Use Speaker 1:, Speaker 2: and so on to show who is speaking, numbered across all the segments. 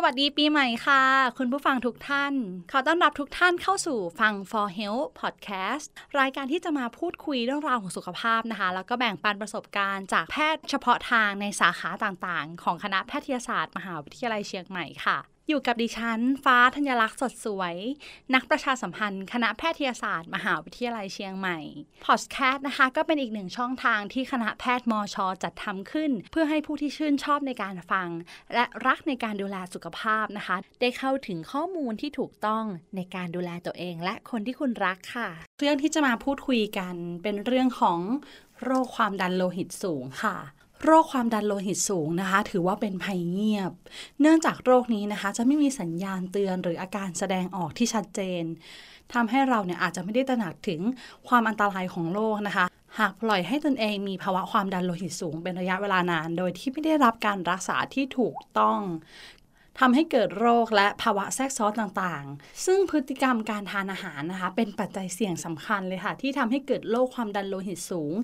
Speaker 1: สวัสดีปีใหม่ค่ะ คุณผู้ฟังทุกท่าน ขอต้อนรับทุกท่านเข้าสู่ฟัง For Health Podcast รายการที่จะมาพูดคุยเรื่องราวของสุขภาพนะคะ แล้วก็แบ่งปันประสบการณ์จากแพทย์เฉพาะทางในสาขาต่างๆ ของคณะแพทยศาสตร์ มหาวิทยาลัยเชียงใหม่ค่ะ อยู่กับดิฉัน ฟ้าธัญลักษณ์สดสวย นักประชาสัมพันธ์ คณะแพทยศาสตร์ มหาวิทยาลัยเชียงใหม่ พอดแคสต์นะคะ ก็เป็นอีกหนึ่งช่องทางที่คณะแพทย์มอชอจัดทำขึ้น เพื่อให้ผู้ที่ชื่นชอบในการฟัง และรักในการดูแลสุขภาพนะคะ ได้เข้าถึงข้อมูลที่ถูกต้องในการดูแลตัวเองและคนที่คุณรักค่ะ เรื่องที่จะมาพูดคุยกันเป็นเรื่องของโรคความดันโลหิตสูงค่ะ โรคความดันโลหิตสูงนะคะ ถือว่าเป็นภัยเงียบ เนื่องจากโรคนี้นะคะ จะไม่มีสัญญาณเตือนหรืออาการแสดงออกที่ชัดเจนทำให้เราเนี่ยอาจจะไม่ได้ตระหนักถึงความอันตรายของโรคนะคะ หากปล่อยให้ตนเองมีภาวะความดันโลหิตสูงเป็นระยะเวลานาน โดยที่ไม่ได้รับการรักษาที่ถูกต้อง ทำให้เกิดโรคและภาวะแทรกซ้อนต่างๆ ซึ่งพฤติกรรมการทานอาหารนะคะ เป็นปัจจัยเสี่ยงสำคัญเลยค่ะ ที่ทำให้เกิดโรคความดันโลหิตสูง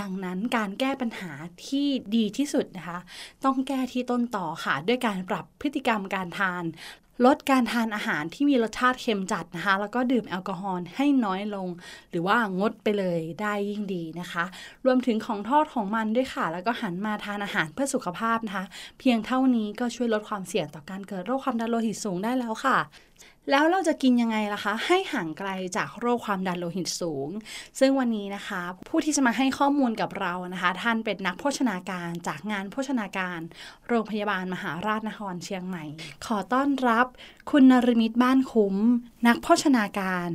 Speaker 1: ดังนั้นการแก้ปัญหาที่ดีที่สุดนะคะ ต้องแก้ที่ต้นต่อค่ะ ด้วยการปรับพฤติกรรมการทาน ลดการทานอาหารที่มีรสชาติเค็มจัดนะคะ แล้วก็ดื่มแอลกอฮอล์ให้น้อยลง หรือว่างดไปเลยได้ยิ่งดีนะคะ รวมถึงของทอดของมันด้วยค่ะ แล้วก็หันมาทานอาหารเพื่อสุขภาพนะคะ เพียงเท่านี้ก็ช่วยลดความเสี่ยงต่อการเกิดโรคความดันโลหิตสูงได้แล้วค่ะ แล้วเราจะกินยังไงล่ะคะ ให้ห่างไกลจากโรคความดันโลหิตสูง ซึ่งวันนี้นะคะ ผู้ที่จะมาให้ข้อมูลกับเรานะคะ ท่านเป็นนักโภชนาการจากงานโภชนาการ โรงพยาบาลมหาราชนครเชียงใหม่ ขอต้อนรับ คุณนรมิตบ้านคุ้ม นักโภชนาการ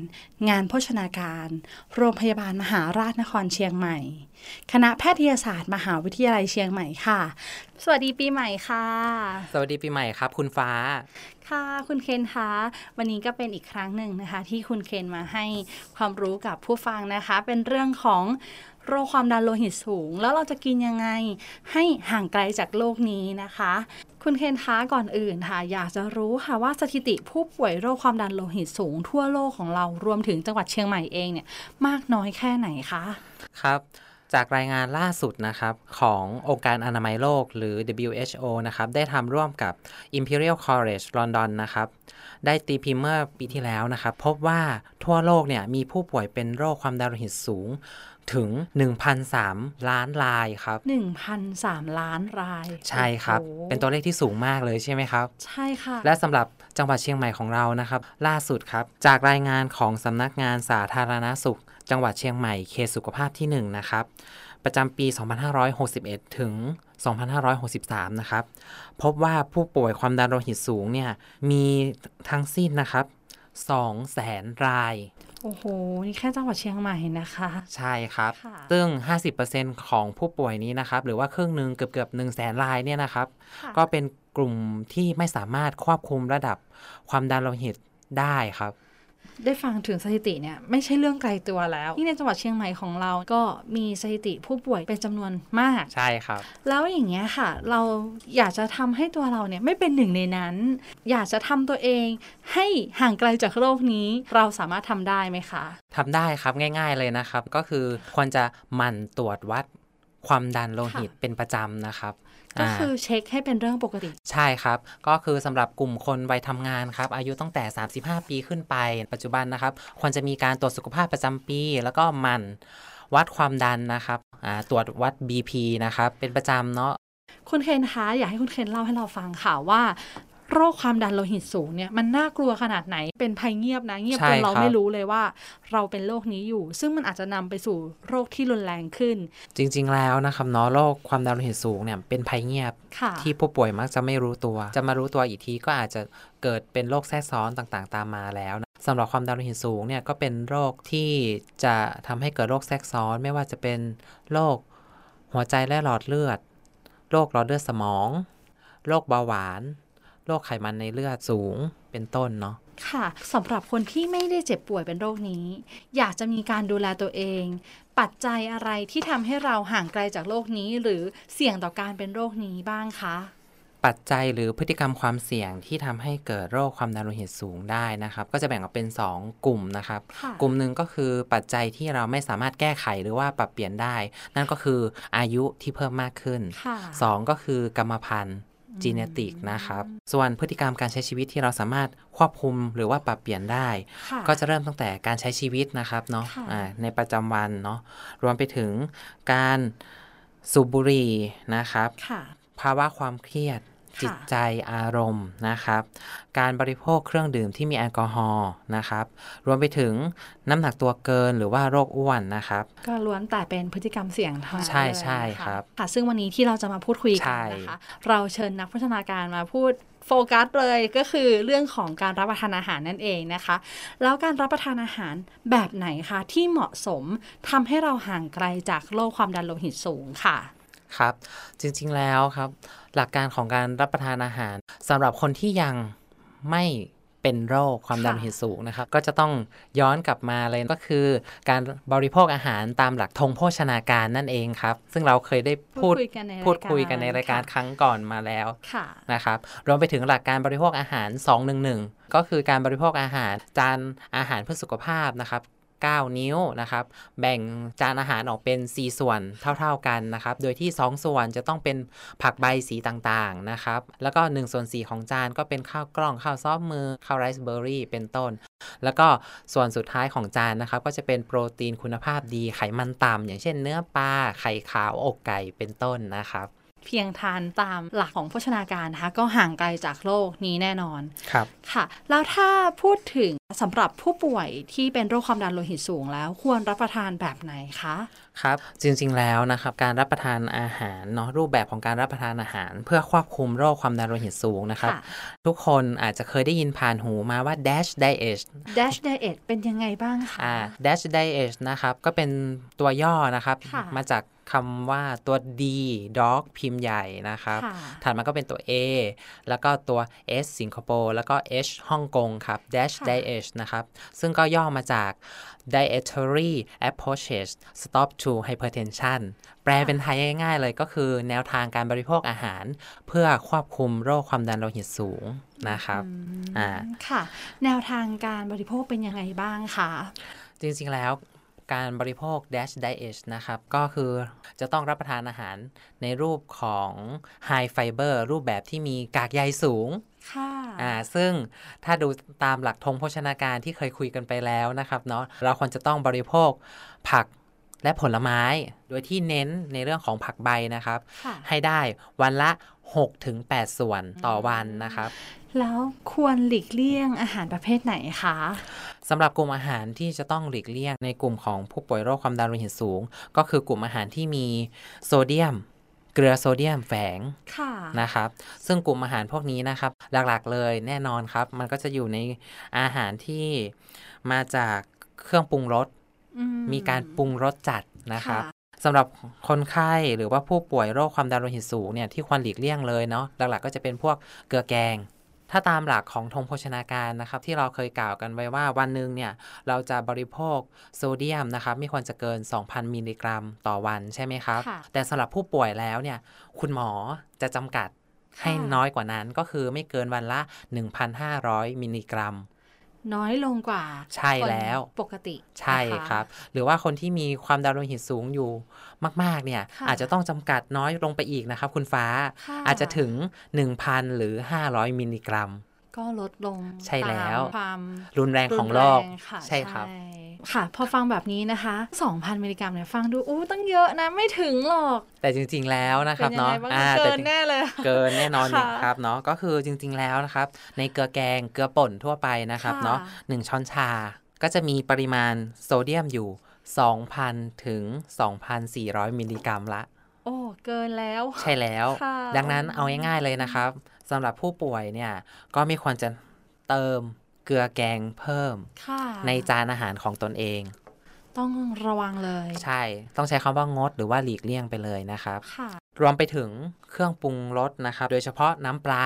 Speaker 1: งานโภชนาการ โรงพยาบาลมหาราชนครเชียงใหม่ คณะแพทยศาสตร์ มหาวิทยาลัยเชียงใหม่ค่ะ สวัสดีปีใหม่ค่ะ
Speaker 2: สวัสดีปีใหม่ครับ คุณฟ้า
Speaker 1: ค่ะคุณเคนคะวันนี้ก็เป็นอีกครั้งหนึ่งนะคะ ที่คุณเคนมาให้ความรู้กับผู้ฟังนะคะ เป็นเรื่องของโรคความดันโลหิตสูง แล้วเราจะกินยังไงให้ห่างไกลจากโรคนี้นะคะ คุณเคนคะก่อนอื่นค่ะ อยากจะรู้ค่ะว่าสถิติผู้ป่วยโรคความดันโลหิตสูง ทั่วโลกของเรารวมถึงจังหวัดเชียงใหม่เองเนี่ยมากน้อยแค่ไหนคะ
Speaker 2: ครับ จากรายงานล่าสุดนะครับ ขององค์การอนามัยโลกหรือ WHO นะครับ ได้ทำร่วมกับ Imperial College London นะครับ ได้ตีพิมพ์เมื่อปีที่แล้วนะครับ พบว่าทั่วโลกเนี่ยมีผู้ป่วยเป็นโรคความดันโลหิตสูงถึง 1,003 ล้านรายครับ
Speaker 1: 1,003ล้านราย
Speaker 2: ใช่ครับ
Speaker 1: โอ้โห
Speaker 2: เป็นตัวเลขที่สูงมากเลยใช่ไหมครับ
Speaker 1: ใช่ค่ะ
Speaker 2: และสำหรับจังหวัดเชียงใหม่ของเรานะครับ ล่าสุดครับ จากรายงานของสำนักงานสาธารณสุข จังหวัดเชียงใหม่เขตสุขภาพที่ 1 นะครับ ประจำปี 2561 ถึง 2563 นะครับ พบว่าผู้ป่วยความดันโลหิตสูงเนี่ยมีทั้งสิ้นนะครับ2แสนราย
Speaker 1: โอ้โห นี่แค่จังหวัดเชียงใหม่นะคะ
Speaker 2: ใช่ครับ
Speaker 1: ค่ะ
Speaker 2: ซึ่ง 50%ของผู้ป่วยนี้นะครับ หรือว่าครึ่งหนึ่งเกือบเกือบ1แสนรายเนี่ยนะครับ ก็เป็นกลุ่มที่ไม่สามารถควบคุมระดับความดันโลหิตได้ครับ
Speaker 1: ได้ฟังถึงสถิติเนี่ยไม่ใช่เรื่องไกลตัวแล้วที่ในจังหวัดเชียงใหม่ของเราก็มีสถิติผู้ป่วยเป็นจำนวนมาก
Speaker 2: ใช่ครับ
Speaker 1: แล้วอย่างเงี้ยค่ะ เราอยากจะทำให้ตัวเราเนี่ยไม่เป็นหนึ่งในนั้น อยากจะทำตัวเองให้ห่างไกลจากโรคนี้เราสามารถทำได้ไหมคะ
Speaker 2: ทำได้ครับง่าย ๆเลยนะครับ ก็คือควรจะหมั่นตรวจวัดความดันโลหิตเป็นประจำนะครับ
Speaker 1: ก็
Speaker 2: า
Speaker 1: คือเช็คให้เป็นเรื่องปกติ
Speaker 2: ใช่ครับ ก็คือสำหรับกลุ่มคนวัยทำงานครับ อายุตั้งแต่ 35 ปีขึ้นไป ปัจจุบันนะครับ ควรจะมีการตรวจสุขภาพประจำปี แล้วก็หมั่นวัดความดันนะครับอ่าตรวจวัด BP นะครับ เป็นประจำเนาะ
Speaker 1: คุณเคนคะอยากให้คุณเคนเล่าให้เราฟังค่ะว่า โรคความดันโลหิตสูงเนี่ยมันน่ากลัวขนาดไหนเป็นภัยเงียบนะเงียบ
Speaker 2: ใช่
Speaker 1: จ
Speaker 2: ครั
Speaker 1: น
Speaker 2: บ
Speaker 1: เราไม่รู้เลยว่า เราเป็นโรคนี้อยู่ ซึ่งมันอาจจะนำไปสู่โรคที่รุนแรงขึ้น
Speaker 2: จริง ๆ แล้วนะครับเนาะโรคความดันโลหิตสูงเนี่ยเป็นภัยเงียบ
Speaker 1: ค่ะ
Speaker 2: ที่ผู้ป่วยมักจะไม่รู้ตัว จะมารู้ตัวอีกทีก็อาจจะเกิดเป็นโรคแทรกซ้อนต่างๆ ตามมาแล้วนะสำหรับความดันโลหิตสูงเนี่ยก็เป็นโรคที่จะทำให้เกิดโรคแทรกซ้อน ไม่ว่าจะเป็นโรคหัวใจและหลอดเลือด โรคหลอดเลือดสมอง โรคเบาหวาน โรคไขมันในเลือดสูงเป็นต้นเนาะ
Speaker 1: ค่ะสำหรับคนที่ไม่ได้เจ็บป่วยเป็นโรคนี้ อยากจะมีการดูแลตัวเอง ปัจจัยอะไรที่ทำให้เราห่างไกลจากโรคนี้ หรือเสี่ยงต่อการเป็นโรคนี้บ้างคะ
Speaker 2: ปัจจัยหรือพฤติกรรมความเสี่ยงที่ทำให้เกิดโรคความดันโลหิตสูงได้นะครับ ก็จะแบ่งออกเป็น 2 กลุ่มนะครับ
Speaker 1: ค่ะ
Speaker 2: กลุ่มหนึ่งก็คือปัจจัยที่เราไม่สามารถแก้ไขหรือว่าปรับเปลี่ยนได้ นั่นก็คืออายุที่เพิ่มมากขึ้น
Speaker 1: ค่ะ
Speaker 2: 2 ก็คือกรรมพันธุ์
Speaker 1: อืม
Speaker 2: จีเนติกนะครับ ส่วนพฤติกรรมการใช้ชีวิตที่เราสามารถควบคุมหรือว่าปรับเปลี่ยนได้
Speaker 1: ค่
Speaker 2: ก็จะเริ่มตั้งแต่การใช้ชีวิตนะครับเนาะ
Speaker 1: ค่ะ
Speaker 2: อ่าในประจำวันเนาะรวมไปถึงการสูบบุหรี่นะครับ
Speaker 1: ค่ะ
Speaker 2: ภาวะความเครียด
Speaker 1: ค่ะ
Speaker 2: จิตใจอารมณ์นะครับ การบริโภคเครื่องดื่มที่มีแอลกอฮอล์นะครับ รวมไปถึงน้ำหนักตัวเกินหรือว่าโรคอ้วนนะครับ
Speaker 1: ก็ล้วนแต่เป็นพฤติกรรมเสี่ยงทั้งนั้น
Speaker 2: ใช่
Speaker 1: เลย
Speaker 2: ใช่
Speaker 1: นะะ
Speaker 2: ครับ
Speaker 1: ค่ะ ซึ่งวันนี้ที่เราจะมาพูดคุยกั
Speaker 2: ใช่
Speaker 1: นนะคะ เราเชิญนักโภชนาการมาพูดโฟกัสเลยก็คือเรื่องของการรับประทานอาหารนั่นเองนะคะ แล้วการรับประทานอาหารแบบไหนคะที่เหมาะสมทำให้เราห่างไกลจากโรคความดันโลหิตสูงค่ะ
Speaker 2: ครับ จริงๆแล้วครับ หลักการของการรับประทานอาหารสำหรับคนที่ยังไม่เป็นโรคความดันโลหิตสูงนะครับ ก็จะต้องย้อนกลับมาเลยก็คือ การบริโภคอาหารตามหลักธงโภชนาการนั่นเองครับ ซึ่งเราเคยได้พูด
Speaker 1: พูดคุยกันในรายการ
Speaker 2: พูดคุยกันในรายการ
Speaker 1: ค่ะ
Speaker 2: ครั้งก่อนมาแล้ว
Speaker 1: ค่ะ
Speaker 2: นะครับรวมไปถึงหลักการบริโภคอาหาร 211 ก็คือการบริโภคอาหารจานอาหารเพื่อสุขภาพนะครับ 9 นิ้วนะครับ แบ่งจานอาหารออกเป็น 4 ส่วนเท่าๆกันนะครับ โดยที่ 2 ส่วนจะต้องเป็นผักใบสีต่างๆนะครับ แล้วก็1ส่วน4ของจานก็เป็นข้าวกล้องข้าวซ้อมมือข้าวไรซ์เบอร์รี่เป็นต้น แล้วก็ส่วนสุดท้ายของจานนะครับ ก็จะเป็นโปรตีนคุณภาพดีไขมันต่ำอย่างเช่นเนื้อปลาไข่ขาวอกไก่เป็นต้นนะครับ
Speaker 1: เพียงทานตามหลักของโภชนาการนะคะ ก็ห่างไกลจากโรคนี้แน่นอน
Speaker 2: ครับ
Speaker 1: ค่ะ แล้วถ้าพูดถึงสำหรับผู้ป่วยที่เป็นโรคความดันโลหิตสูงแล้วควรรับประทานแบบไหนคะ
Speaker 2: ครับจริงๆแล้วนะครับการรับประทานอาหารเนาะรูปแบบของการรับประทานอาหาร เพื่อควบคุมโรคความดันโลหิตสูงนะครับ ทุกคนอาจจะเคยได้ยินผ่านหูมาว่า dash diet
Speaker 1: Dash Diet เป็นยังไงบ้างคะ
Speaker 2: อ่า dash diet นะครับก็เป็นตัวย่อนะครับ
Speaker 1: ค่ะ
Speaker 2: มาจากคำว่าตัว D dog พิมพ์ใหญ่นะครับ
Speaker 1: ค่ะ
Speaker 2: ถัดมาก็เป็นตัว A แล้วก็ตัว S สิงคโปร์แล้วก็ H ฮ่องกงครับ dash
Speaker 1: ค่ะ
Speaker 2: diet นะครับ ซึ่งก็ย่อมาจาก dietary approaches stop to hypertension แปลเป็นไทยง่ายๆเลยก็คือแนวทางการบริโภคอาหาร เพื่อควบคุมโรคความดันโลหิตสูงนะครับ อ่า
Speaker 1: ค่ะ แนวทางการบริโภคเป็นยังไงบ้างคะ
Speaker 2: จริงๆ แล้วการบริโภค dash diet นะครับ ก็คือจะต้องรับประทานอาหารในรูปของ high fiber รูปแบบที่มีกากใยสูง
Speaker 1: ค่ะ
Speaker 2: อ่าซึ่งถ้าดูตามหลักธงโภชนาการที่เคยคุยกันไปแล้วนะครับเนาะเราควรจะต้องบริโภคผักและผลไม้ โดยที่เน้นในเรื่องของผักใบนะครับ
Speaker 1: ค่ะ
Speaker 2: ให้ได้วันละ 6-8 ส่วนต่อวันนะครับ
Speaker 1: แล้วควรหลีกเลี่ยงอาหารประเภทไหนคะ
Speaker 2: สำหรับกลุ่มอาหารที่จะต้องหลีกเลี่ยงในกลุ่มของผู้ป่วยโรคความดันโลหิตสูง ก็คือกลุ่มอาหารที่มีโซเดียม เกลือโซเดียมแฝง
Speaker 1: ค่ะ
Speaker 2: นะครับ ซึ่งกลุ่มอาหารพวกนี้นะครับ หลักๆเลยแน่นอนครับ มันก็จะอยู่ในอาหารที่มาจากเครื่องปรุงรส มีการปรุงรสจัดนะครับ
Speaker 1: ค่ะ
Speaker 2: สำหรับคนไข้หรือว่าผู้ป่วยโรคความดันโลหิตสูงเนี่ยที่ควรหลีกเลี่ยงเลยเนาะหลักๆก็จะเป็นพวกเกลือแกง ถ้าตามหลักของธงโภชนาการนะครับ ที่เราเคยกล่าวกันไว้ว่าวันหนึ่งเนี่ยเราจะบริโภคโซเดียมนะครับไม่ควรจะเกิน 2,000 มิลลิกรัมต่อวันใช่ไหมครับ
Speaker 1: ค่ะ
Speaker 2: แต่สำหรับผู้ป่วยแล้วเนี่ยคุณหมอจะจำกัดให้
Speaker 1: ค่ะ
Speaker 2: น้อยกว่านั้นก็คือไม่เกินวันละ 1,500 มิลลิกรัม
Speaker 1: น้อยลงกว่า
Speaker 2: ใช่แล้ว
Speaker 1: คนปกติ
Speaker 2: ใช่
Speaker 1: นะะ
Speaker 2: ครับ หรือว่าคนที่มีความดันโลหิตสูงอยู่มาก ๆ เนี่ย
Speaker 1: ค่ะ
Speaker 2: อาจจะต้องจำกัดน้อยลงไปอีกนะครับ คุณฟ้า
Speaker 1: ค่
Speaker 2: อาจจะถึง 1,000 หรือ 500 มิลลิกรัม
Speaker 1: ก็ลดลง
Speaker 2: ใช่แล้ว
Speaker 1: ตามความ
Speaker 2: รุนแรงของโรค
Speaker 1: นแงะ
Speaker 2: ใช่ครับ
Speaker 1: ค่ะ พอฟังแบบนี้นะคะ 2,000 มิลลิกรัมเนี่ยฟังดูอู้ตั้งเยอะนะไม่ถึงหรอก
Speaker 2: แต่จริง ๆ แล้วนะค
Speaker 1: เป็
Speaker 2: รับ
Speaker 1: นยัง
Speaker 2: เนาะ
Speaker 1: ไงบ้าง
Speaker 2: อ่า
Speaker 1: เกิ
Speaker 2: แต่
Speaker 1: นแน่เลย
Speaker 2: เกินแน่นอน
Speaker 1: ค่ะ
Speaker 2: ครับเนาะก็คือจริง ๆ แล้วนะครับ ในเกลือแกงเกลือป่นทั่วไปนะครับ
Speaker 1: ค่ะ
Speaker 2: เนาะหนึ่งช้อนชา ก็จะมีปริมาณโซเดียมอยู่ 2,000 ถึง 2,400 มิลลิกรัมละ
Speaker 1: โอ้เกินแล้ว
Speaker 2: ใช่แล้ว
Speaker 1: ค่ะ
Speaker 2: ดังนั้นเอาง่ายๆเลยนะครับสำหรับผู้ป่วยเนี่ย ก็ไม่ควรจะเติมเกลือแกงเพิ่ม
Speaker 1: ค่ะ
Speaker 2: ในจานอาหารของตนเอง
Speaker 1: ต้องระวังเลย
Speaker 2: ใช่ ต้องใช้คำว่างดหรือว่าหลีกเลี่ยงไปเลยนะครับ
Speaker 1: ค่ะ
Speaker 2: รวมไปถึงเครื่องปรุงรสนะครับ โดยเฉพาะน้ำปลา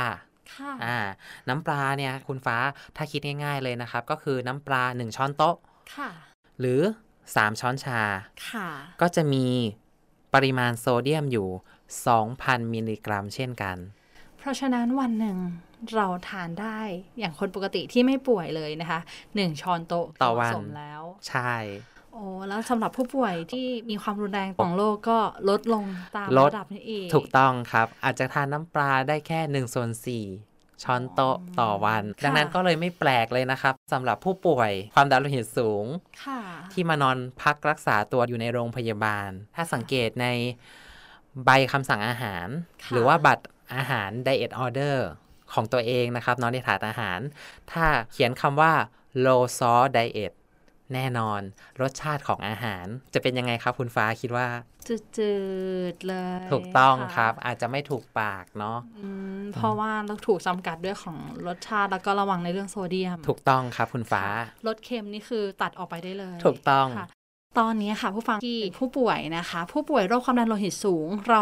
Speaker 1: ค่ะ
Speaker 2: อ่าน้ำปลาเนี่ยคุณฟ้าถ้าคิดง่าย ๆเลยนะครับ ก็คือน้ำปลา 1 ช้อนโต๊ะ
Speaker 1: ค่ะ
Speaker 2: หรือ 3 ช้อนชา
Speaker 1: ค่ะ
Speaker 2: ก็จะมีปริมาณโซเดียมอยู่ 2,000 มิลลิกรัมเช่นกัน
Speaker 1: เพราะฉะนั้นวันหนึ่งเราทานได้อย่างคนปกติที่ไม่ป่วยเลยนะคะหนึ่งช้อนโต๊ะ
Speaker 2: ต่อวั
Speaker 1: เหมาะ
Speaker 2: น
Speaker 1: สมแล้ว
Speaker 2: ใช่
Speaker 1: โอ้แล้วสำหรับผู้ป่วยที่มีความรุนแรงของโรคก็ลดลงตาม
Speaker 2: ลด
Speaker 1: ระดับนี้อีก
Speaker 2: ถูกต้องครับ อาจจะทานน้ำปลาได้แค่1ส่วน4ช้อนโต๊ะต่อวัน
Speaker 1: ค่ะ
Speaker 2: ดังนั้นก็เลยไม่แปลกเลยนะครับสำหรับผู้ป่วยความดันโลหิตสูง
Speaker 1: ค่ะ
Speaker 2: ที่มานอนพักรักษาตัวอยู่ในโรงพยาบาล ถ้าสังเกตในใบคำสั่งอาหาร
Speaker 1: ค่ะ
Speaker 2: หรือว่าบัตรอาหาร diet order ของตัวเองนะครับเนอนในถาดอาหาร ถ้าเขียนคำว่า low salt diet แน่นอน รสชาติของอาหาร จะเป็นยังไงครับคุณฟ้าคิดว่า
Speaker 1: จืดๆเลย
Speaker 2: ถูกต้อง
Speaker 1: ะ
Speaker 2: ครับ อาจจะไม่ถูกปากเนาะ
Speaker 1: อืมเพราะว่าเราถูกจำกัดด้วยของรสชาติแล้วก็ระวังในเรื่องโซเดียม
Speaker 2: ถูกต้องครับคุณฟ้า
Speaker 1: รสเค็มนี่คือตัดออกไปได้เลย
Speaker 2: ถูกต้อง
Speaker 1: ค่ะ ตอนนี้ค่ะผู้ฟังที่เป็นผู้ป่วยนะคะ ผู้ป่วยโรคความดันโลหิตสูง เรา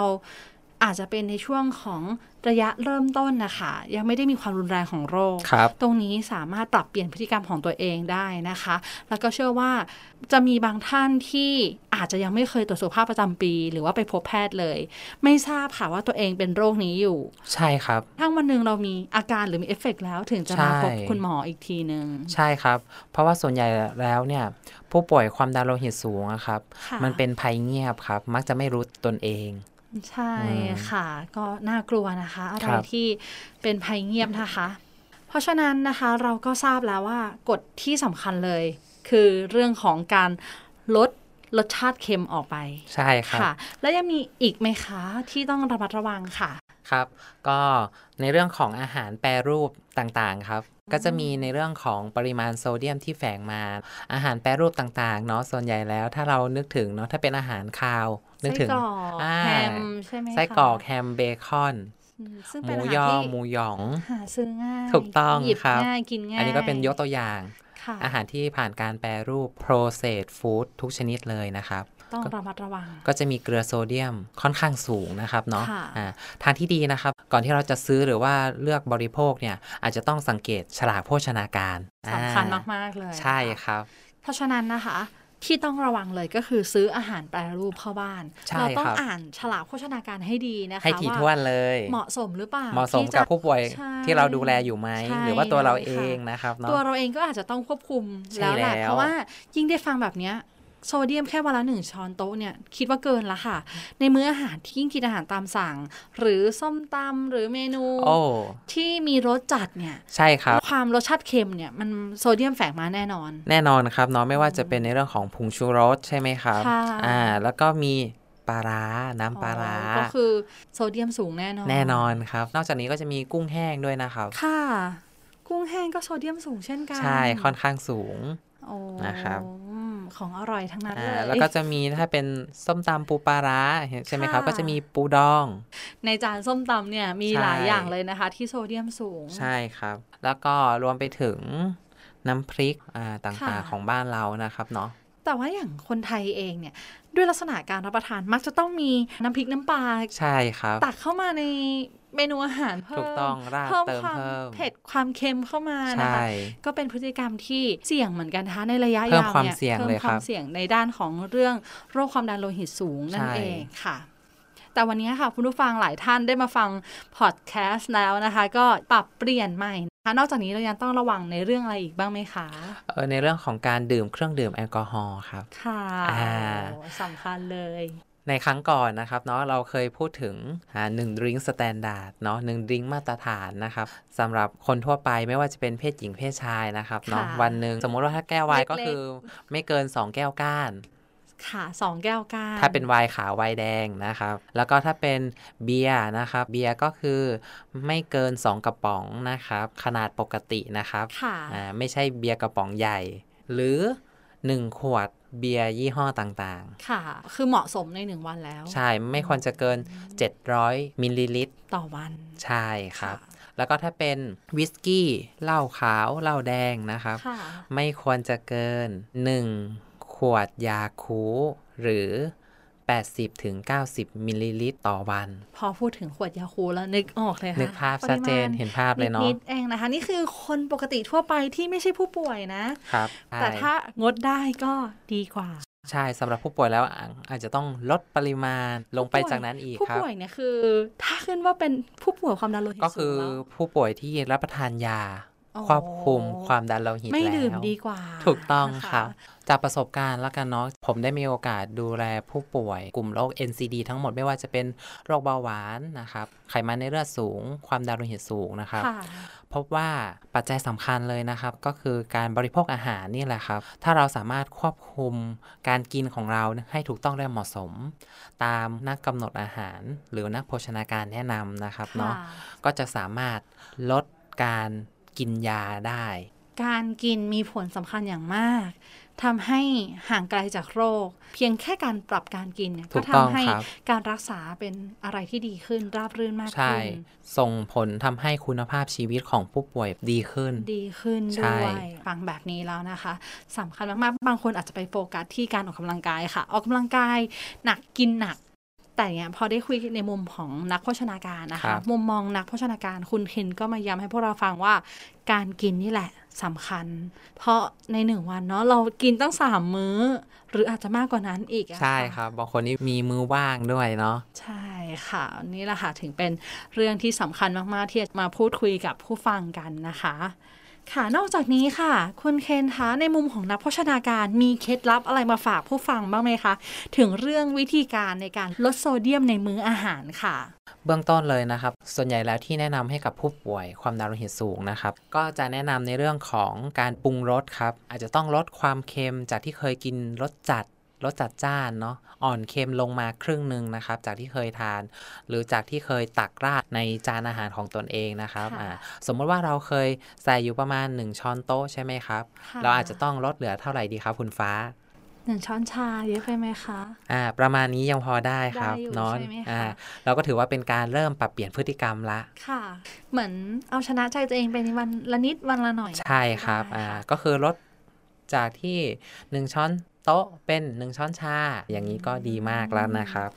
Speaker 1: อาจจะเป็นในช่วงของระยะเริ่มต้นนะคะ ยังไม่ได้มีความรุนแรงของโรค
Speaker 2: ครับ
Speaker 1: ตรงนี้สามารถปรับเปลี่ยนพฤติกรรมของตัวเองได้นะคะ แล้วก็เชื่อว่าจะมีบางท่านที่อาจจะยังไม่เคยตรวจสุขภาพประจำปี หรือว่าไปพบแพทย์เลย ไม่ทราบค่ะว่าตัวเองเป็นโรคนี้อยู่
Speaker 2: ใช่ครับ
Speaker 1: ทั้งวันหนึ่งเรามีอาการหรือมีเอฟเฟกต์แล้วถึงจะมา
Speaker 2: ใช่
Speaker 1: พบคุณหมออีกทีหนึ่ง
Speaker 2: ใช่ครับ เพราะว่าส่วนใหญ่แล้วเนี่ย ผู้ป่วยความดันโลหิตสูงอะครับ
Speaker 1: ค่ะ
Speaker 2: มันเป็นภัยเงียบครับ มักจะไม่รู้ตนเอง
Speaker 1: ใช่
Speaker 2: อืม
Speaker 1: ค่ะ ก็น่ากลัวนะคะอะไร
Speaker 2: ครับ
Speaker 1: ที่เป็นภัยเงียบนะคะ เพราะฉะนั้นนะคะเราก็ทราบแล้วว่ากฎที่สำคัญเลย คือเรื่องของการลดรสชาติเค็มออกไป
Speaker 2: ใช่ครับ
Speaker 1: ค่ะ แล้วยังมีอีกไหมคะที่ต้องระมัดระวังค่ะ
Speaker 2: ครับ ก็ในเรื่องของอาหารแปรรูปต่างๆครับ ก็จะมีในเรื่องของปริมาณโซเดียมที่แฝงมา อาหารแปรรูปต่างๆเนาะ ส่วนใหญ่แล้วถ้าเรานึกถึงเนาะ ถ้าเป็นอาหารคาว นึ
Speaker 1: ไส้
Speaker 2: กถึง
Speaker 1: กรอก
Speaker 2: อ่า
Speaker 1: แฮมใช่ไหมคะ
Speaker 2: ไส้กรอกแฮมเบคอน
Speaker 1: อืมซึ่ง
Speaker 2: ห
Speaker 1: เป็น
Speaker 2: มู
Speaker 1: อาหาร
Speaker 2: ยอ
Speaker 1: ที่
Speaker 2: หมูหยอง
Speaker 1: หาซื้อง่าย
Speaker 2: ถูกต้อง
Speaker 1: หยิบ
Speaker 2: ครับ
Speaker 1: ง่ายกินง่าย
Speaker 2: อั
Speaker 1: อั
Speaker 2: นนี้ก็เป็นยกตัวอย่าง
Speaker 1: ค่ะ
Speaker 2: อาหารที่ผ่านการแปรรูป processed food ทุกชนิดเลยนะครับ
Speaker 1: ต้องระมัดระวัง
Speaker 2: ก็จะมีเกลือโซเดียมค่อนข้างสูงนะครับเนาะ
Speaker 1: ค่ะ
Speaker 2: อ่าทางที่ดีนะครับ ก่อนที่เราจะซื้อหรือว่าเลือกบริโภคเนี่ย อาจจะต้องสังเกตฉลากโภชนาการ
Speaker 1: สำคัญ
Speaker 2: อ่
Speaker 1: มาก ๆ เลย
Speaker 2: ใช่
Speaker 1: ค่ะ
Speaker 2: ครับ
Speaker 1: เพราะฉะนั้นนะคะ ที่ต้องระวังเลยก็คือซื้ออาหารแปรรูปเข้าบ้าน
Speaker 2: ใช่
Speaker 1: เราต้อง
Speaker 2: ครับ
Speaker 1: อ่านฉลากโภชนาการให้ดีนะคะ
Speaker 2: ให้ถี่ถ้วนเลย
Speaker 1: เหมาะสมหรือเปล่า
Speaker 2: เหมาะสม
Speaker 1: ที่จ
Speaker 2: กับผู้ป่วย
Speaker 1: ใช่
Speaker 2: ที่เราดูแลอยู่ไหม
Speaker 1: ใช่
Speaker 2: หรือว่าตัวเรา
Speaker 1: เลย
Speaker 2: เอ
Speaker 1: ค่ะ
Speaker 2: งนะครับเนาะ
Speaker 1: ตัวเราเองก็อาจจะต้องควบคุม
Speaker 2: ใช่
Speaker 1: แล้วแหละ
Speaker 2: แล้ว
Speaker 1: เพราะว่ายิ่งได้ฟังแบบเนี้ยโซเดียมแค่วันละหนึ่งช้อนโต๊ะเนี่ยคิดว่าเกินละค่ะ ในมื้ออาหารที่ยิ่งกินอาหารตามสั่ง หรือส้มตำหรือเมนู
Speaker 2: โอ้
Speaker 1: ที่มีรสจัดเนี่ย
Speaker 2: ใช่ครับ
Speaker 1: ความรสชาติเค็มเนี่ยมันโซเดียมแฝงมาแน่นอน
Speaker 2: แน่นอนครับเนาะไม่ว่าจะเป็นในเรื่องของผงชูรสใช่ไหมครับ
Speaker 1: ค่ะ
Speaker 2: อ่าแล้วก็มีปลาร้าน้ำปลาร้า
Speaker 1: อ๋อก็คือโซเดียมสูงแน่นอน
Speaker 2: แน่นอนครับ นอกจากนี้ก็จะมีกุ้งแห้งด้วยนะครับ
Speaker 1: ค่ะ กุ้งแห้งก็โซเดียมสูงเช่นกัน
Speaker 2: ใช่ค่อนข้างสูง
Speaker 1: โอ้
Speaker 2: นะครับ
Speaker 1: ของอร่อยทั้งนั้นเล
Speaker 2: อ่าย แล้วก็จะมีถ้าเป็นส้มตำปูปลาร้าเห็นใช่ไหมครับ
Speaker 1: ค่ะ
Speaker 2: ก็จะมีปูดอง
Speaker 1: ในจานส้มตำเนี่ยมี
Speaker 2: ใช่
Speaker 1: หลายอย่างเลยนะคะ ที่โซเดียมสูง
Speaker 2: ใช่ครับ แล้วก็รวมไปถึงน้ำพริกอ่าต่าง
Speaker 1: ค่ะ
Speaker 2: ๆของบ้านเรานะครับเนาะ
Speaker 1: แต่ว่าอย่างคนไทยเองเนี่ย ด้วยลักษณะการรับประทานมักจะต้องมีน้ำพริกน้ำปลา
Speaker 2: ใช่ครับ
Speaker 1: ตักเข้ามาในเมนูอาหารเพิ่ม
Speaker 2: ถูกต้องราด
Speaker 1: เพิ่ม
Speaker 2: เติม
Speaker 1: ความ
Speaker 2: เพิ่ม
Speaker 1: เผ็ดความเค็มเข้ามา
Speaker 2: ใช
Speaker 1: นะคะ
Speaker 2: ่
Speaker 1: ก็เป็นพฤติกรรมที่เสี่ยงเหมือนกันนะคะในระยะ
Speaker 2: เพิ่ม
Speaker 1: ยาว
Speaker 2: ความ
Speaker 1: เนี่ย
Speaker 2: เสี่ยง
Speaker 1: พิ่ม
Speaker 2: เลย
Speaker 1: ควา
Speaker 2: ครั
Speaker 1: ม
Speaker 2: บ
Speaker 1: เสี่ยงในด้านของเรื่องโรคความดันโลหิตสูงนั่น
Speaker 2: ใช่
Speaker 1: เองค่ะ แต่วันนี้ค่ะคุณผู้ฟังหลายท่านได้มาฟังพอดแคสต์แล้วนะคะ ก็ปรับเปลี่ยนใหม่นะคะนอกจากนี้เรายังต้องระวังในเรื่องอะไรอีกบ้างไหมคะ
Speaker 2: เอ่อในเรื่องของการดื่มเครื่องดื่มแอลกอฮอล์ครับ
Speaker 1: ค่ะ
Speaker 2: อ่า
Speaker 1: โอ้สำคัญเลย
Speaker 2: ในครั้งก่อนนะครับเนาะเราเคยพูดถึงอ่าหนึ่งดริงสแตนดาร์ดเนาะหนึ่งดริงมาตรฐานนะครับสำหรับคนทั่วไปไม่ว่าจะเป็นเพศหญิงเพศชายนะครับเนาะ
Speaker 1: ค่ะ
Speaker 2: วันหนึ่งสมมติว่าถ้าแก้วไว
Speaker 1: เล็
Speaker 2: น์
Speaker 1: กๆ
Speaker 2: ก็คือไม่เกิน 2 แก้วก้าน
Speaker 1: ค่ะสองแก้วก้าน
Speaker 2: ถ้าเป็นไวน์ขาวไวน์แดงนะครับ แล้วก็ถ้าเป็นเบียร์นะครับเบียร์ก็คือไม่เกิน 2 กระป๋องนะครับ ขนาดปกตินะครับ
Speaker 1: ค่ะ
Speaker 2: อ่าไม่ใช่เบียร์กระป๋องใหญ่ หรือ 1 ขวดเบียร์ยี่ห้อต่างๆ
Speaker 1: ค่ะ คือเหมาะสมในหนึ่งวันแล้ว
Speaker 2: ใช่ไม่ควรจะเกิน 700มิลลิลิตร
Speaker 1: ต่อวัน
Speaker 2: ใช่ครับ แล้วก็ถ้าเป็นวิสกี้เหล้าขาวเหล้าแดงนะครับ
Speaker 1: ค่ะ
Speaker 2: ไม่ควรจะเกิน 1 ขวดยาคูหรือ 80ถึง90 มิลลิลิตรต่อวัน
Speaker 1: พอพูดถึงขวดยาคูลแล้วนึกออกเลยค่ะ
Speaker 2: นึกภาพชัดเจน
Speaker 1: ปริมาณ
Speaker 2: เห็นภาพเลยเนาะ
Speaker 1: นิดๆเองนะคะ นี่คือคนปกติทั่วไปที่ไม่ใช่ผู้ป่วยนะ
Speaker 2: ครับ
Speaker 1: แต่
Speaker 2: ใช่
Speaker 1: ถ้างดได้ก็ดีกว่า
Speaker 2: ใช่สำหรับผู้ป่วยแล้วอ่ะอาจจะต้องลดปริมาณลงไป
Speaker 1: ผู้ป่วย
Speaker 2: จากนั้นอีก
Speaker 1: ผู้
Speaker 2: ครับ
Speaker 1: ป่วยเนี่ยคือ ถ้าขึ้นว่าเป็นผู้ป่วยความดันโลหิต
Speaker 2: ก็คื
Speaker 1: สู
Speaker 2: อง
Speaker 1: แล้ว
Speaker 2: ผู้ป่วยที่รับประทานยา
Speaker 1: อ๋อ
Speaker 2: ควบคุมความดันโลหิต
Speaker 1: ไม่
Speaker 2: แล้ว
Speaker 1: ดื่มดีกว่า
Speaker 2: ถูกต้อง
Speaker 1: นะะ
Speaker 2: ครับ จากประสบการณ์แล้วกันเนาะผมได้มีโอกาสดูแลผู้ป่วย กลุ่มโรค NCD ทั้งหมดไม่ว่าจะเป็นโรคเบาหวานนะครับ ไขมันในเลือดสูง ความดันโลหิตสูงนะครับ
Speaker 1: ค่ะ
Speaker 2: พบว่าปัจจัยสำคัญเลยนะครับ ก็คือการบริโภคอาหารนี่แหละครับ ถ้าเราสามารถควบคุมการกินของเราให้ถูกต้องและเหมาะสม ตามนักกำหนดอาหาร หรือนักโภชนาการแนะนำนะครับเนาะก็จะสามารถลดการกินยาได้
Speaker 1: การกินมีผลสำคัญอย่างมากทำให้ห่างไกลจากโรค เพียงแค่การปรับการกินเนี่ย
Speaker 2: ถูกต้อง
Speaker 1: ทำให้
Speaker 2: ครับ
Speaker 1: การรักษาเป็นอะไรที่ดีขึ้นราบรื่นมาก
Speaker 2: ใช่
Speaker 1: ขึ้น
Speaker 2: ส่งผลทำให้คุณภาพชีวิตของผู้ป่วยดีขึ้น
Speaker 1: ดีขึ้น
Speaker 2: ใช่
Speaker 1: ด้วยฟังแบบนี้แล้วนะคะสำคัญมากๆ บางคนอาจจะไปโฟกัสที่การออกกำลังกายค่ะ ออกกำลังกายหนักกินหนัก แต่เนี่ยพอได้คุยในมุมของนักโภชนาการนะ
Speaker 2: ครั
Speaker 1: คะ
Speaker 2: บ
Speaker 1: มุมมองนักโภชนาการคุณเคนก็มาย้ำให้พวกเราฟังว่า การกินนี่แหละสำคัญ เพราะในหนึ่งวันเนาะเรากินตั้งสามมื้อ หรืออาจจะมากกว่านั้นอีกอะะ
Speaker 2: ใช่ครับ บางคนนี่มีมือว่างด้วยเนาะ
Speaker 1: ใช่ค่ะนี่แหละค่ะถึงเป็นเรื่องที่สำคัญมาก ๆ ที่จะมาพูดคุยกับผู้ฟังกันนะคะ ค่ะนอกจากนี้ค่ะ คุณเคนคะในมุมของนักโภชนาการมีเคล็ดลับอะไรมาฝากผู้ฟังบ้างไหมคะ ถึงเรื่องวิธีการในการลดโซเดียมในมื้ออาหารค่ะ
Speaker 2: เบื้องต้นเลยนะครับ ส่วนใหญ่แล้วที่แนะนำให้กับผู้ป่วยความดันโลหิตสูงนะครับ ก็จะแนะนำในเรื่องของการปรุงรสครับ อาจจะต้องลดความเค็มจากที่เคยกินรสจัดรสจัดจ้านเนาะ อ่อนเค็มลงมาครึ่งหนึ่งนะครับ จากที่เคยทาน หรือจากที่เคยตักราดในจานอาหารของตนเองนะครับ
Speaker 1: ค่ะ
Speaker 2: อ่าสมมติว่าเราเคยใส่อยู่ประมาณ 1 ช้อนโต๊ะใช่ไหมครับ
Speaker 1: ค่
Speaker 2: เราอาจจะต้องลดเหลือเท่าไหร่ดีครับคุณฟ้า
Speaker 1: หนึ่งช้อนชาเยอะไปไหมคะ
Speaker 2: อ่าประมาณนี้ยังพอได้ครับ
Speaker 1: ได้อยู่
Speaker 2: เนอน
Speaker 1: ใช่ไหมคะ
Speaker 2: อ่าเราก็ถือว่าเป็นการเริ่มปรับเปลี่ยนพฤติกรรมละ
Speaker 1: ค่ะ เหมือนเอาชนะใจตัวเองไปในวันละนิดวันละหน่อย
Speaker 2: ใช่ครับ
Speaker 1: ได้
Speaker 2: อ่า
Speaker 1: ค่ะ
Speaker 2: ก็คือลดจากที่ 1 ช้อนโต๊ะเป็น 1 ช้อนชา อย่างนี้ก็ดีมากแล้วนะครับ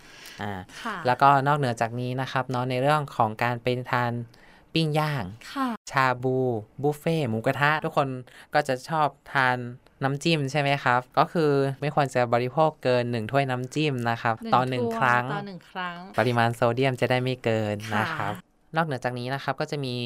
Speaker 2: อ่า
Speaker 1: ค่ะ
Speaker 2: แล้วก็นอกเหนือจากนี้นะครับเนาะในเรื่องของการเป็นทานปิ้งย่าง
Speaker 1: ค่ะ
Speaker 2: ชาบู บุฟเฟ่ต์หมูกระทะ ทุกคนก็จะชอบทานน้ำจิ้มใช่ไหมครับ ก็คือไม่ควรจะบริโภคเกิน 1 ถ้วยน้ำจิ้มนะครับ ต่อ 1 ครั้ง
Speaker 1: ต่อหนึ่งครั้ง
Speaker 2: ปริมาณโซเดียมจะได้ไม่เกิน
Speaker 1: ค่ะ
Speaker 2: นะครับ นอกเหนือจากนี้นะครับก็จะมี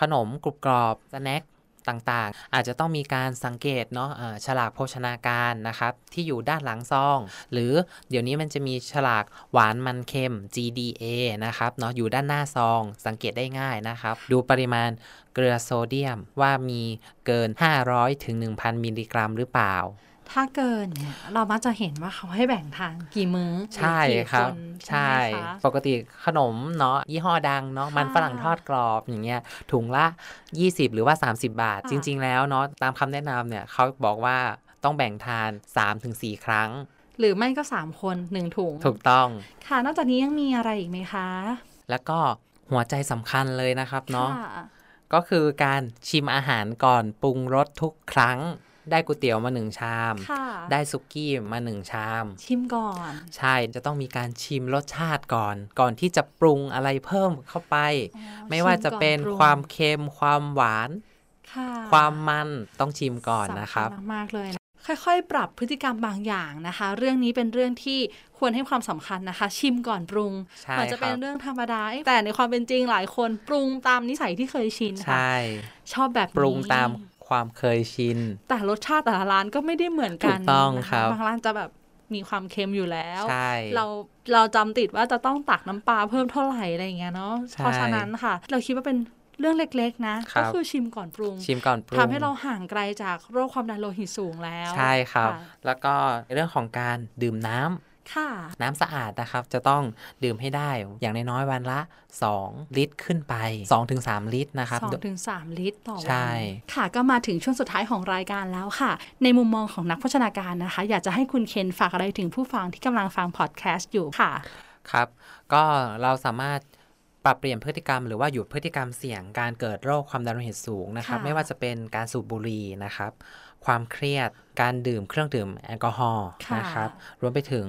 Speaker 2: ขนมกรุบกรอบสแน็คต่างๆ อาจจะต้องมีการสังเกตเนาะอ่าฉลากโภชนาการนะครับ ที่อยู่ด้านหลังซอง หรือเดี๋ยวนี้มันจะมีฉลากหวานมันเค็ม GDA นะครับเนาะอยู่ด้านหน้าซอง สังเกตได้ง่ายนะครับ ดูปริมาณเกลือโซเดียมว่ามีเกิน 500ถึง1,000 มิลลิกรัมหรือเปล่า
Speaker 1: ถ้าเกินเนี่ยเรามักจะเห็นว่าเขาให้แบ่งทานกี่มื้อ
Speaker 2: ใช่
Speaker 1: หอกี่
Speaker 2: ครับ
Speaker 1: น
Speaker 2: ใช่
Speaker 1: ไหมคะ
Speaker 2: ปกติขนมเนาะยี่ห้อดังเนาะมันฝรั่งทอดกรอบอย่างเงี้ยถุงละ 20 หรือว่า 30 บาท
Speaker 1: ค่ะ
Speaker 2: จริง ๆ แล้วเนาะตามคำแนะนำเนี่ยเขาบอกว่าต้องแบ่งทาน 3-4 ครั้ง
Speaker 1: หรือไม่ก็ 3 คนหนึ่งถุง
Speaker 2: ถูกต้อง
Speaker 1: ค่ะ นอกจากนี้ยังมีอะไรอีกไหมคะ
Speaker 2: แล้วก็หัวใจสำคัญเลยนะครับเนาะ
Speaker 1: ค่
Speaker 2: ก็คือการชิมอาหารก่อนปรุงรสทุกครั้ง ได้ก๋วยเตี๋ยวมาหนึ่งชาม
Speaker 1: ค่ะ
Speaker 2: ได้สุกี้มาหนึ่งชาม
Speaker 1: ชิมก่อน
Speaker 2: ใช่จะต้องมีการชิมรสชาติก่อน ก่อนที่จะปรุงอะไรเพิ่มเข้าไป
Speaker 1: อ๋อ
Speaker 2: ไม่ว่า
Speaker 1: ชิมก่อน
Speaker 2: จะเป็น
Speaker 1: ปรุง
Speaker 2: ความเค็ม ความหวาน
Speaker 1: ค่ะ
Speaker 2: ความมันต้องชิมก่อนนะครับ
Speaker 1: สำญมากๆเลยนะค่อยๆ ปรับพฤติกรรมบางอย่างนะคะ เรื่องนี้เป็นเรื่องที่ควรให้ความสำคัญนะคะ ชิมก่อนปรุง
Speaker 2: ใช่
Speaker 1: เหมือนจะเป็น
Speaker 2: ครับ
Speaker 1: เรื่องธรรมดาเอ๊ะแต่ในความเป็นจริงหลายคนปรุงตามนิสัยที่เคยชินนะคะ
Speaker 2: ใช่
Speaker 1: ชอบแบบนี้
Speaker 2: ปรุงตามความเคยชิน
Speaker 1: แต่รสชาติแต่ละร้านก็ไม่ได้เหมือนกัน
Speaker 2: ถูกต้อง
Speaker 1: นะคะ
Speaker 2: ครับ
Speaker 1: บางร้านจะแบบมีความเค็มอยู่แล้ว
Speaker 2: ใช่
Speaker 1: เราเราจำติดว่าจะต้องตักน้ำปลาเพิ่มเท่าไหร่อะไรอย่างเงี้ยเนาะ
Speaker 2: ใช่
Speaker 1: เพราะฉะนั้นค่ะ เราคิดว่าเป็นเรื่องเล็กๆ นะ
Speaker 2: ครั
Speaker 1: ก็
Speaker 2: บ
Speaker 1: คือชิมก่อนปรุง
Speaker 2: ชิมก่อนปรุง
Speaker 1: ทำให้เราห่างไกลจากโรคความดันโลหิตสูงแล้ว
Speaker 2: ใช่ครับ
Speaker 1: ะ
Speaker 2: แล้วก็เรื่องของการดื่มน้ำ
Speaker 1: ค่ะ
Speaker 2: น้ำสะอาดนะครับ จะต้องดื่มให้ได้อย่างน้อยๆวันละ 2 ลิตรขึ้นไป 2-3 ลิตรนะครับ
Speaker 1: สองถึงสามลิตรต่อวั
Speaker 2: ใช่
Speaker 1: ค่ะก็มาถึงช่วงสุดท้ายของรายการแล้วค่ะ ในมุมมองของนักโภชนาการนะคะ อยากจะให้คุณเคนฝากอะไรถึงผู้ฟังที่กำลังฟังพอดแคสต์อยู่ค่ะ
Speaker 2: ครับ ก็เราสามารถปรับเปลี่ยนพฤติกรรม หรือว่าหยุดพฤติกรรมเสี่ยงการเกิดโรคความดันโลหิตสูงนะครับ
Speaker 1: ค่ะ
Speaker 2: ไม่ว่าจะเป็นการสูบบุหรี่นะครับ ความเครียด การดื่มเครื่องดื่มแอลกอฮอล์นะครับ รวมไปถึง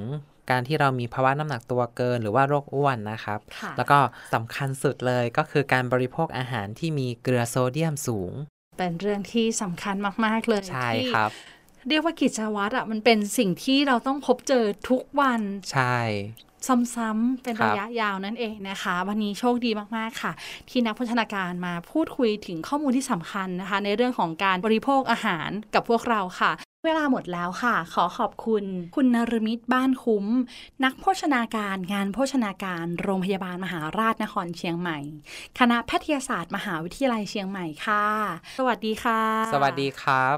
Speaker 2: การที่เรามีภาวะน้ำหนักตัวเกินหรือว่าโรคอ้วนนะครับ
Speaker 1: ค่ะ
Speaker 2: แล้วก็สำคัญสุดเลยก็คือการบริโภคอาหารที่มีเกลือโซเดียมสูง
Speaker 1: เป็นเรื่องที่สำคัญมาก ๆ เลย
Speaker 2: ใช่
Speaker 1: ที่
Speaker 2: ครับ
Speaker 1: เรียกว่ากิจวัตรอ่ะมันเป็นสิ่งที่เราต้องพบเจอทุกวัน
Speaker 2: ใช่
Speaker 1: ซ้ำๆเป็น
Speaker 2: ครั
Speaker 1: ระ
Speaker 2: บ
Speaker 1: ยะยาวนั่นเองนะคะ วันนี้โชคดีมากๆค่ะ ที่นักโภชนาการมาพูดคุยถึงข้อมูลที่สำคัญนะคะ ในเรื่องของการบริโภคอาหารกับพวกเราค่ะ เวลาหมดแล้วค่ะ ขอขอบคุณ คุณนรมิตบ้านคุ้ม นักโภชนาการงานโภชนาการโรงพยาบาลมหาราชนครเชียงใหม่ คณะแพทยศาสตร์มหาวิทยาลัยเชียงใหม่ค่ะ สวัสดีค่ะ
Speaker 2: สวัสดีครับ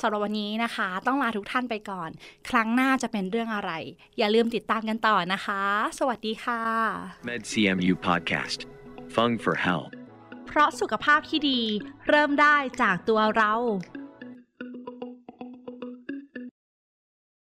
Speaker 1: สำหรับวันนี้นะคะ ต้องลาทุกท่านไปก่อน ครั้งหน้าจะเป็นเรื่องอะไร อย่าลืมติดตามกันต่อนะคะ สวัสดีค่ะ
Speaker 3: MedCMU Podcast. Fung for Health.
Speaker 1: เพราะสุขภาพที่ดี เริ่มได้จากตัวเรา